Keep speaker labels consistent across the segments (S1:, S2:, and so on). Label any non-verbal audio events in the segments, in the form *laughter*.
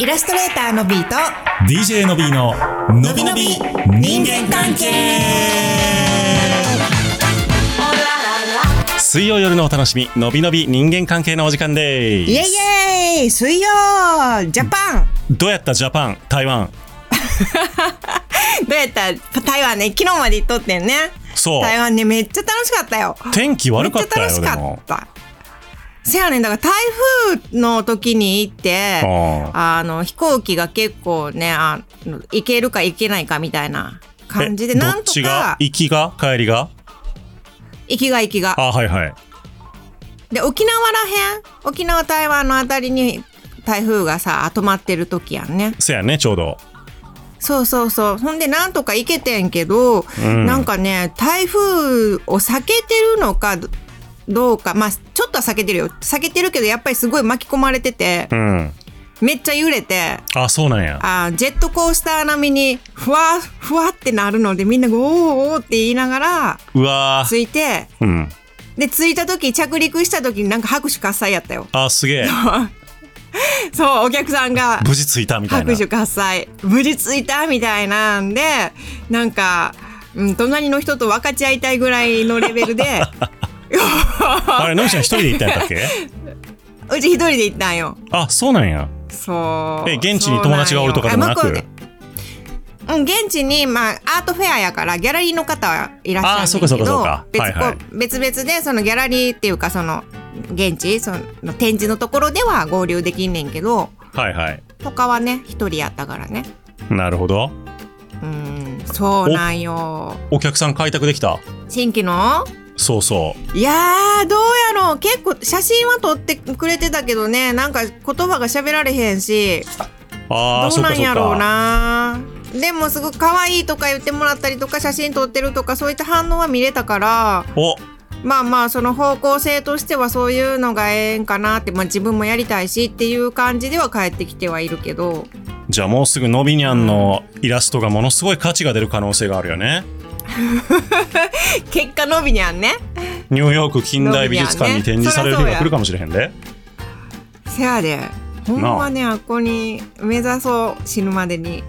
S1: イラストレーターのビーと
S2: DJ の B ののびのび人間関係水曜夜のお楽しみのびのび人間関係のお時間で
S1: イエイ
S2: す
S1: イエイ水曜ジャパン
S2: どうやったジャパン台湾
S1: どうやった台湾ね昨日まで行っとってんね
S2: そう
S1: 台湾ねめっちゃ楽しかったよ
S2: 天気悪かった
S1: め
S2: よ
S1: っちゃ
S2: で
S1: 楽
S2: も
S1: しかったせやねんだから台風の時に行って
S2: あ
S1: あの飛行機が結構ねあの行けるか行けないかみたいな
S2: あえ
S1: 感じで
S2: ど
S1: な
S2: っ
S1: んと
S2: ちが
S1: か
S2: 行きが帰りが
S1: 行きが行きが
S2: あはいはい
S1: で沖縄らへん沖縄台湾のあたりに台風がさ止まってる時やんね
S2: せやねちょうど
S1: そうそうそうほんでなんとか行けてんけど、
S2: ん
S1: なんかね台風を避けてるのかどどうかまあちょっとは避けてるよ避けてるけどやっぱりすごい巻き込まれてて
S2: うん
S1: めっちゃ揺れて
S2: あそうなんや
S1: あージェットコースター並みにふわふわってなるのでみんながおーおーって言いながら
S2: うわー
S1: 着いて
S2: うん
S1: で着いた時着陸した時になんか拍手喝采やったよ
S2: あす
S1: *laughs*
S2: げえ
S1: そうお客さんが
S2: 無事着いたみたいな
S1: 拍手喝采無事着いたみたいなんでなんか、うん、隣の人と分かち合いたいぐらいのレベルで
S2: *laughs* あれのびちゃん一人で行ったんやったっけ
S1: *laughs* うち一人で行ったんよ
S2: あそうなんや
S1: そう
S2: え現地に友達がおるとかでもなく
S1: そうなんよあ向こうでうん、現地に、まあ、アートフェアやからギャラリーの方はいらっしゃ
S2: あー
S1: る
S2: そ
S1: ん
S2: うか
S1: だけ
S2: そうかそう
S1: ど
S2: か
S1: 別,、
S2: はいはい
S1: 別々でそのギャラリーっていうかその現地その展示のところでは合流できんねんけど
S2: はいはい
S1: 他はね一人やったからね
S2: なるほど
S1: うんそうなんよ
S2: お客さん開拓できた
S1: 新規の
S2: そうそう
S1: いやーどうやろう結構写真は撮ってくれてたけどねなんか言葉が喋られへんし
S2: ああ
S1: ど
S2: そうっか
S1: なん
S2: そっ
S1: やろう
S2: か
S1: なでもすごく可愛いとか言ってもらったりとか写真撮ってるとかそういった反応は見れたから
S2: お
S1: まあまあその方向性としてはそういうのがええんかなって、まあ、自分もやりたいしっていう感じでは帰ってきてはいるけど
S2: じゃあもうすぐのびにゃんのイラストがものすごい価値が出る可能性があるよね
S1: 結果のびにゃんね
S2: ニューヨーク近代美術館に展示される日が来るかもしれへんで
S1: せやでほんまねあっこに目指そう死ぬまでに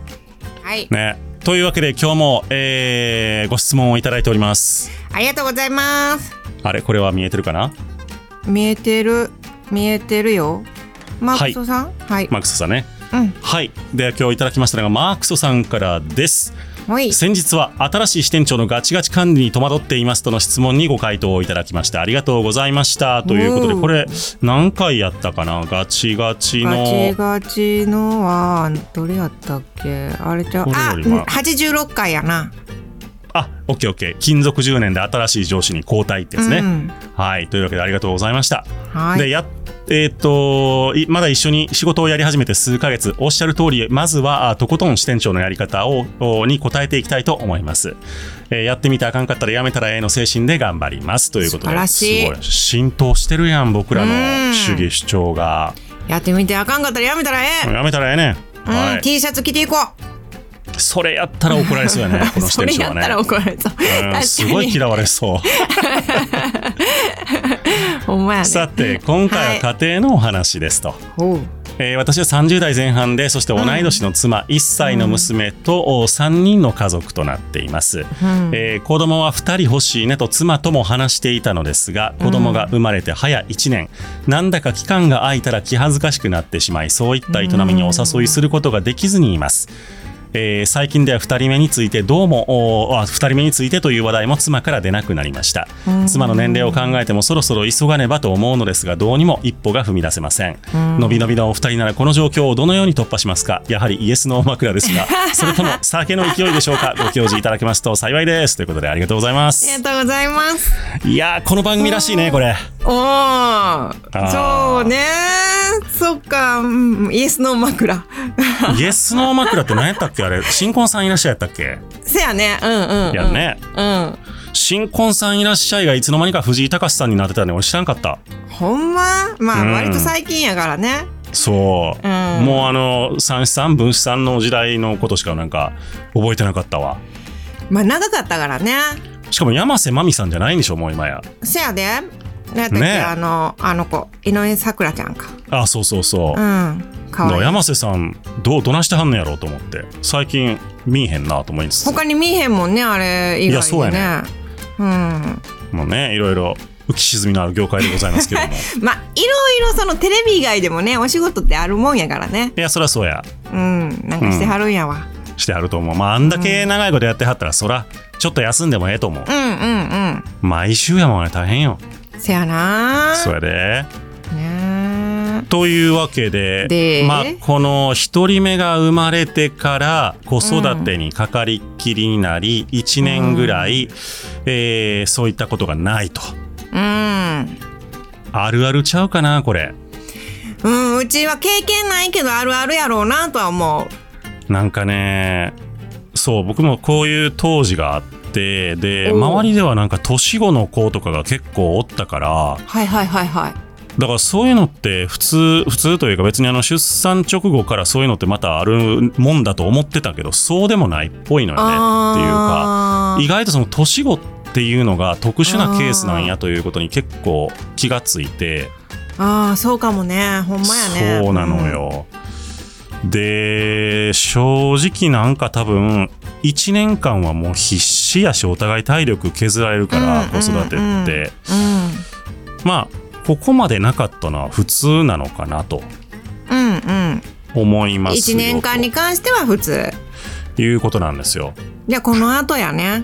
S1: はい
S2: ねというわけで今日も、えーご質問をいただいております
S1: ありがとうございます
S2: あれこれは見えてるかな
S1: 見えてる見えてるよマークソさんはい、
S2: マークソさんね
S1: うん
S2: はいでは今日いただきましたのがマークソさんからです
S1: ほい
S2: 先日は新しい支店長のガチガチ管理に戸惑っていますとの質問にご回答をいただきましてありがとうございましたということで
S1: おー
S2: これ何回やったかなガチガチ
S1: ガチ
S2: の
S1: ガチのはどれやったっけあれじゃ
S2: これ
S1: あ
S2: よりは
S1: 86回やな
S2: あオッケーオッケー勤続10年で新しい上司に交代ってやつね、
S1: うん、
S2: はいというわけでありがとうございました、
S1: は
S2: で
S1: い
S2: やえーっといまだ一緒に仕事をやり始めて数ヶ月おっしゃる通りまずはあとことん支店長のやり方をおに応えていきたいと思います、えーやってみてあかんかったらやめたらええの精神で頑張りますということで
S1: 素晴らしい
S2: すごい浸透してるやん僕らの
S1: うん
S2: 主義主張が
S1: やってみてあかんかったらやめたらええ、
S2: やめたらええねん
S1: うん
S2: はい、
S1: T シャツ着ていこう
S2: それやったら怒られそうや
S1: *laughs*
S2: ねこの支
S1: それ
S2: 店長
S1: や
S2: は
S1: っ
S2: ね
S1: たら怒られそう、確
S2: う
S1: か
S2: ん
S1: に
S2: すごい嫌われそう
S1: ほんまやね
S2: さて今回は家庭のお話ですと、
S1: ほう
S2: えー私は30代前半でそして同い年の妻、1歳の娘とお3人の家族となっています、
S1: うん
S2: えー子供は2人欲しいねと妻とも話していたのですが子供が生まれて早1年、なんだか期間が空いたら気恥ずかしくなってしまいそういった営みにお誘いすることができずにいます、えー最近では2人目についてどうもおーあ2人目についてという話題も妻から出なくなりました妻の年齢を考えてもそろそろ急がねばと思うのですがどうにも一歩が踏み出せませんのびのびのお二人ならこの状況をどのように突破しますかやはりイエスの枕です *laughs* がそれとも酒の勢いでしょうかご教示いただけますと幸いですということでありがとうございま
S1: あり
S2: す
S1: がとうございます
S2: いやーこの番組らしいねこれ
S1: おー
S2: ー
S1: そうねそっか、うん、イエスの枕 *laughs*
S2: イエスの枕って何やったっけあれ新婚さんいらっしゃいやったっけ
S1: せやねうんうん、うん、
S2: やね
S1: うん
S2: 新婚さんいらっしゃいがいつの間にか藤井隆さんになってたね俺知らんかった
S1: ほんままあ、
S2: うん
S1: 割と最近やからね
S2: そう、
S1: うん
S2: もうあの三子さん分子さんの時代のことしかなんか覚えてなかったわ
S1: まあ長かったからね
S2: しかも山瀬まみさんじゃないんでしょもう今や
S1: せやで何やったっけ、
S2: ね
S1: あのあの子井上咲楽ちゃんか
S2: あそうそうそう
S1: う、んかわいい
S2: 山瀬さんどうどないしてはんのやろうと思って最近見えへんなと思いつつ
S1: 他に見えへんもんねあれ以
S2: いや
S1: 外
S2: そう
S1: にね
S2: や
S1: うん
S2: もうねいろいろ浮き沈みのある業界でございます
S1: *laughs*
S2: けども
S1: まあいろいろそのテレビ以外でもねお仕事ってあるもんやからね
S2: いやそりゃそうや
S1: うんなんかしてはるんやわ、
S2: してはると思うまああんだけ長いことやってはったらそらちょっと休んでもええと思う
S1: うん、うんうん
S2: 毎週やもんね大変よ
S1: せやな
S2: それで
S1: ね
S2: というわけで
S1: で
S2: まあ、この1人目が生まれてから子育てにかかりっきりになり、1年ぐらい、えーそういったことがないと
S1: うん
S2: あるあるちゃうかなこれ
S1: うん、うちは経験ないけどあるあるやろうなとは思う。
S2: なんかねそう僕もこういう当時があってで
S1: おう
S2: 周りではなんか年子の子とかが結構おったから
S1: はいはいはいはい。
S2: だからそういうのって普通普通というか別にあの出産直後からそういうのってまたあるもんだと思ってたけどそうでもないっぽいのよねっていうか
S1: あー
S2: 意外とその年子っていうのが特殊なケースなんやということに結構気がついて
S1: あーそうかもね。ほんまやね。
S2: そうなのよ、で正直なんか多分1年間はもう必死やしお互い体力削られるから
S1: うん
S2: 子育てって、
S1: うんうん
S2: まあここまでなかったのは普通なのかなと
S1: うん。うんうん。
S2: 思います
S1: 1
S2: よ
S1: 年間に関しては普通。
S2: ということなんですよ。
S1: じゃあこの後やね。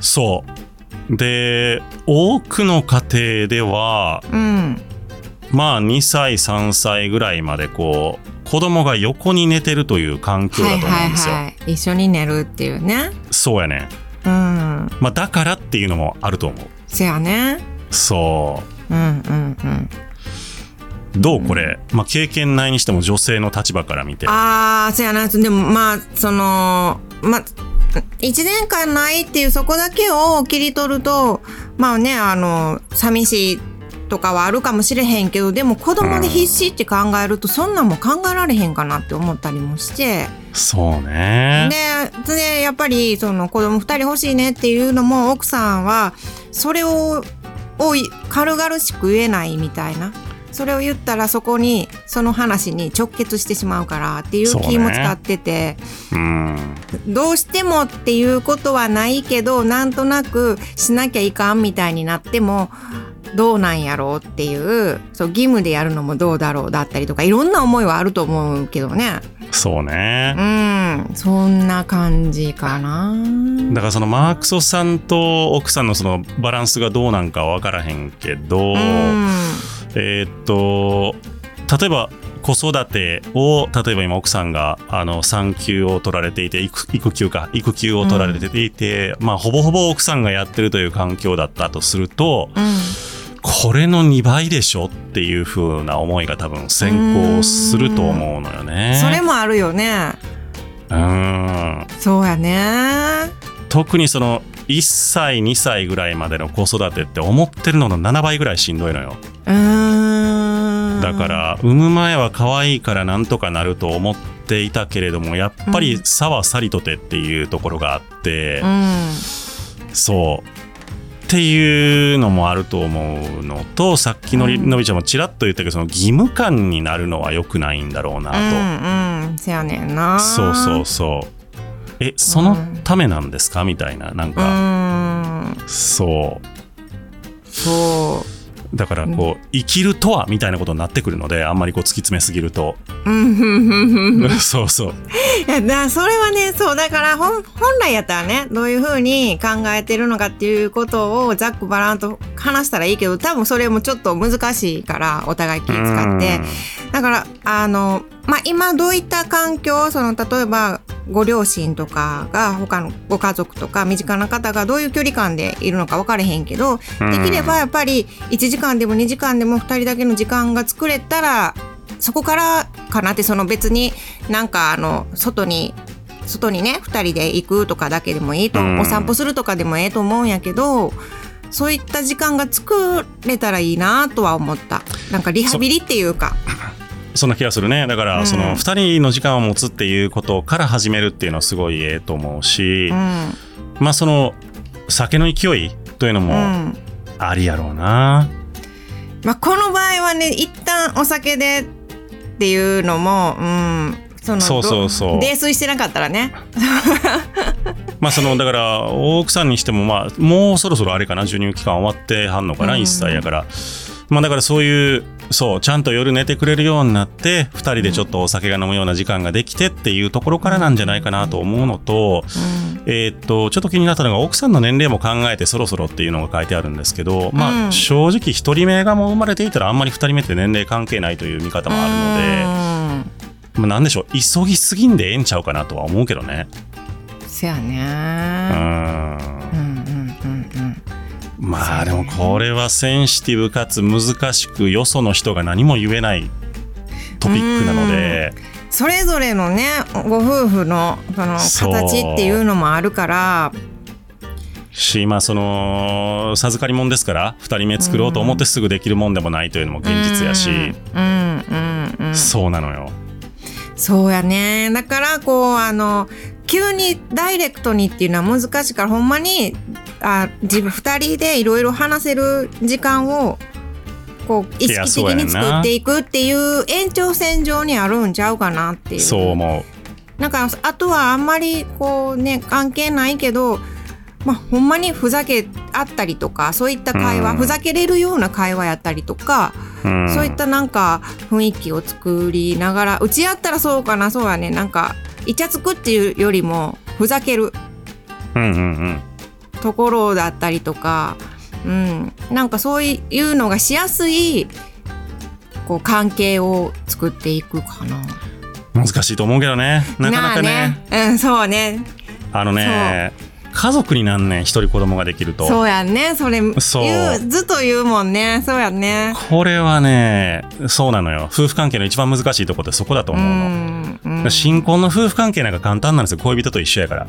S2: そうで多くの家庭では
S1: うん。
S2: まあ2歳3歳ぐらいまでこう子供が横に寝てるという環境
S1: は
S2: だ
S1: い
S2: と思
S1: は
S2: う
S1: い
S2: んですよ。
S1: はい。一緒に寝るっていうね。
S2: そうやね
S1: うん。
S2: まあ、だからっていうのもあると思う。
S1: せやね。
S2: そ
S1: うんうんうん。
S2: う。どうこれ、まあ、経験ないにしても女性の立場から見て。
S1: ああ、せやな。でもまあ、その、まあ、1年間ないっていうそこだけを切り取ると、まあね、あの、寂しいとかはあるかもしれへんけど、でも子供で必死って考えると、そんなんも考えられへんかなって思ったりもして、
S2: そうね。
S1: で、で、やっぱりその子供2人欲しいねっていうのも奥さんは、それを、をい軽々しく言えないみたいな。それを言ったらそこにその話に直結してしまうからっていう
S2: そう
S1: 気
S2: ね
S1: も使ってて、
S2: うん。
S1: どうしてもっていうことはないけどなんとなくしなきゃいかんみたいになってもどうなんやろうっていうそう義務でやるのもどうだろうだったりとかいろんな思いはあると思うけどね
S2: そうね
S1: う。んそんな感じかな
S2: だからそのマークソさんと奥さんのそのバランスがどうなんかは分からへんけど、えーっと例えば子育てを例えば今奥さんがあの産休を取られていて育育休か育休を取られていて、まあほぼほぼ奥さんがやってるという環境だったとすると
S1: うん、うん
S2: これの2倍でしょっていう風な思いが多分先行すると思うのよね。
S1: それもあるよね
S2: うん
S1: そうやね
S2: 特にその1歳2歳ぐらいまでの子育てって思ってるのの7倍ぐらいしんどいのよ。
S1: うん
S2: だから産む前は可愛いからなんとかなると思っていたけれどもやっぱり差はさりとてっていうところがあって
S1: う、ん
S2: そうっていうのもあると思うのとさっきのり,、
S1: うん
S2: のびちゃんもちらっと言ったけどその義務感になるのは良くないんだろうなと、
S1: うんうんせやねんな
S2: そうそうそうえそのためなんですかみたいななん
S1: う
S2: か、
S1: ん
S2: そ
S1: そう
S2: だからこう、生きるとはみたいなことになってくるのであんまりこう突き詰めすぎると、
S1: う。うんうんうんうん。 *laughs*
S2: *laughs* そうそう
S1: いやだそれはね、そう、だから本、本来やったらね、どういうふうに考えてるのかっていうことをざっくばらんと話したらいいけど、多分それもちょっと難しいから、お互い気使って。だから、あの、まあ、今どういった環境、その、例えば、ご両親とかが、他のご家族とか、身近な方がどういう距離感でいるのか分かれへんけど、
S2: うん
S1: できればやっぱり1時間でも2時間でも2人だけの時間が作れたらそこからかなってその別になんかあの外に外にね2人で行くとかだけでもいいと、
S2: うん
S1: お散歩するとかでもええと思うんやけどそういった時間が作れたらいいなとは思ったなんかリハビリっていうか
S2: そんな気がするね。だから、
S1: うん
S2: その2人の時間を持つっていうことから始めるっていうのはすごいええと思うし、
S1: うん
S2: まあその酒の勢いというの
S1: う
S2: も
S1: ん
S2: ありやろうな。
S1: まあ、この場合はね一旦お酒でっていうのも、うん、その
S2: そうそうそう
S1: 泥酔してなかったらね
S2: まあそのだから奥さんにしてもまあもうそろそろあれかな授乳期間終わってはんのかな
S1: うん
S2: 1歳やから、まあだからそういうそうちゃんと夜寝てくれるようになって2人でちょっとお酒が飲むような時間ができてっていうところからなんじゃないかなと思うのと、えーっとちょっと気になったのが奥さんの年齢も考えてそろそろっていうのが書いてあるんですけど、ま
S1: う
S2: あ
S1: ん
S2: 正直1人目がもう生まれていたらあんまり2人目って年齢関係ないという見方もあるの
S1: の
S2: で。まあ、なんでしょう急ぎすぎんでええんちゃうかなとは思うけどね
S1: でそや
S2: う
S1: ね
S2: ん
S1: うんうんうんうん
S2: まあでもこれはセンシティブかつ難しくよその人が何も言えないトピックなので
S1: それぞれのねご夫婦のその
S2: そう
S1: 形っていうのもあるから
S2: しまあその授かりもんですから2人目作ろうと思ってすぐできるもんでもないというのも現実やし
S1: うんうんうんうん
S2: そうなのよ
S1: そうやね。だから、こう、あの、急にダイレクトにっていうのは難しいから、ほんまに、あ自分二人でいろいろ話せる時間を、こう、意
S2: いや
S1: 識
S2: そう
S1: 的
S2: やんな
S1: に作っていくっていう延長線上にあるんちゃうかなっていう。
S2: そう思
S1: なんか、あとはあんまり、こうね、関係ないけど、まあ、ほんまにふざけあったりとか、そういった会話、
S2: うん
S1: ふざけれるような会話やったりとか、
S2: う、うん、
S1: そういったなんか雰囲気を作りながらうちやったらそうかなそうやねなんかイチャつくっていうよりもふざける
S2: うんうんうん
S1: ところだったりとか、うん、なんかそういうのがしやすいこう関係を作っていくかな。
S2: 難しいと思うけどねなかなかね
S1: なあねうん、そうね
S2: あのね家族になんねん一人子供ができると
S1: そうやんねそれ
S2: そう
S1: 言うずっと言うもんねそうやんね。
S2: これはね、そうなのよ。夫婦関係の一番難しいとこってそこだと
S1: う
S2: 思うの。
S1: ん、うん、
S2: 新婚の夫婦関係なんか簡単なんですよ。恋人と一緒やから。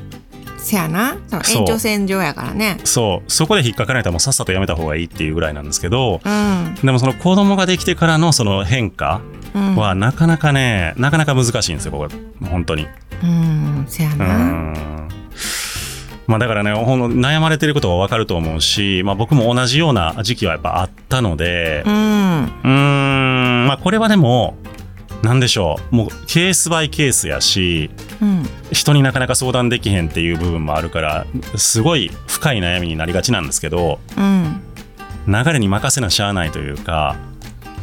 S1: せやなそう
S2: そう
S1: 延長線上やからね。
S2: そう。そこで引っかかられたらもうさっさとやめた方がいいっていうぐらいなんですけど、
S1: うん、
S2: でもその子供ができてからのその変化
S1: うん、
S2: はなかなかね、なかなか難しいんですよ、これ。本当に。
S1: うん、せや
S2: う
S1: な。
S2: ん。まあだからね、ほんの悩まれてることがわかると思うし、まあ僕も同じような時期はやっぱあったので、
S1: うん
S2: うーん、まあこれはでも、なんでしょう、もうケースバイケースやし、
S1: うん、
S2: 人になかなか相談できへんっていう部分もあるから、すごい深い悩みになりがちなんですけど、
S1: うん、
S2: 流れに任せなしゃあないというか、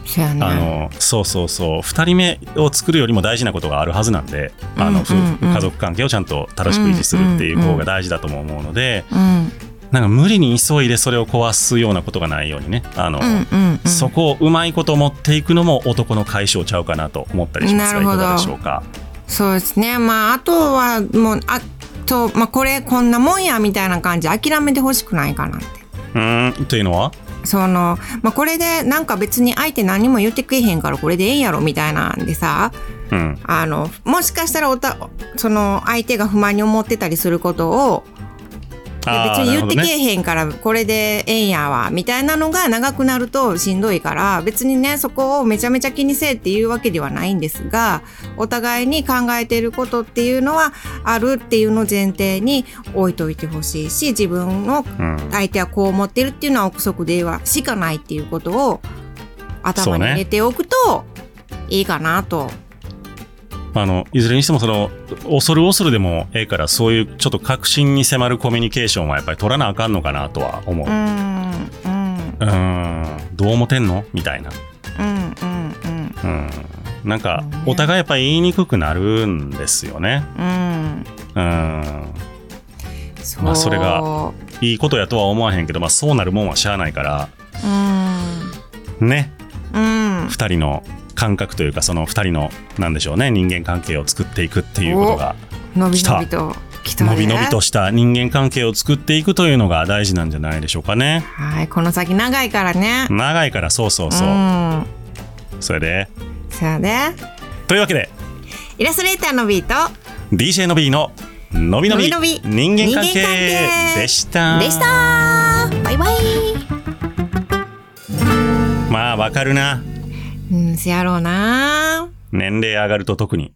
S1: そうやね。
S2: あのそうそうそう2人目を作るよりも大事なことがあるはずなんで、あの
S1: うん
S2: 夫婦
S1: うん
S2: 家族関係をちゃんと正しく維持するっていう方が大事だとも思うので、
S1: うん、
S2: なんか無理に急いでそれを壊すようなことがないようにねあの、
S1: うん、うん、うん
S2: そこをうまいこと持っていくのも男の解消ちゃうかなと思ったりします
S1: ない
S2: が
S1: る
S2: か
S1: ほど
S2: がでしょうか。
S1: そうですね。まあ、あとは、もう、あと、まあ、これ、こんなもんやみたいな感じ、諦めてほしくないかなって。
S2: うーんというのは
S1: その、まあ、これで、なんか別に相手何も言ってくれへんから、これでええんやろみたいなんでさ。
S2: うん
S1: あの、もしかしたら、おた、その相手が不満に思ってたりすることを。いや別
S2: ー
S1: に言ってけ
S2: ね
S1: えへんからこれでええんやわみたいなのが長くなるとしんどいから別にねそこをめちゃめちゃ気にせえっていうわけではないんですがお互いに考えていることっていうのはあるっていうのを前提に置いといてほしいし自分の
S2: うん
S1: 相手はこう思ってるっていうのは憶測ではしかないっていうことを頭に入れておくといいかなと。
S2: あのいずれにしてもその恐る恐るでもええからそういうちょっと確信に迫るコミュニケーションはやっぱり取らなあかんのかなとは思う。
S1: う
S2: うん
S1: うん
S2: ーんどう思てんのみたいな。
S1: うんうんうん
S2: うんなんか
S1: そうね
S2: お互いやっぱり言いにくくなるんですよね。
S1: うん
S2: うんまあそれが
S1: そう
S2: いいことやとは思わへんけど、まあ、そうなるもんはしゃあないから
S1: うん
S2: ね
S1: うん、
S2: 2人の感覚というかその2人のなんでしょうね人間関係を作っていくっていうことが
S1: 伸び伸びと来たね
S2: 伸び伸びとした人間関係を作っていくというのが大事なんじゃないでしょうかね
S1: はいこの先長いからね
S2: 長いからそうそうそう、
S1: ん
S2: それで
S1: そやで
S2: というわけで
S1: イラストレーターのビート
S2: DJ の B の「のびのび
S1: のびのび
S2: 人間関
S1: 人間関
S2: 係」
S1: 係
S2: でした
S1: でしたバイバイ
S2: まあわかるな
S1: うんせやろうな
S2: 年齢上がると特に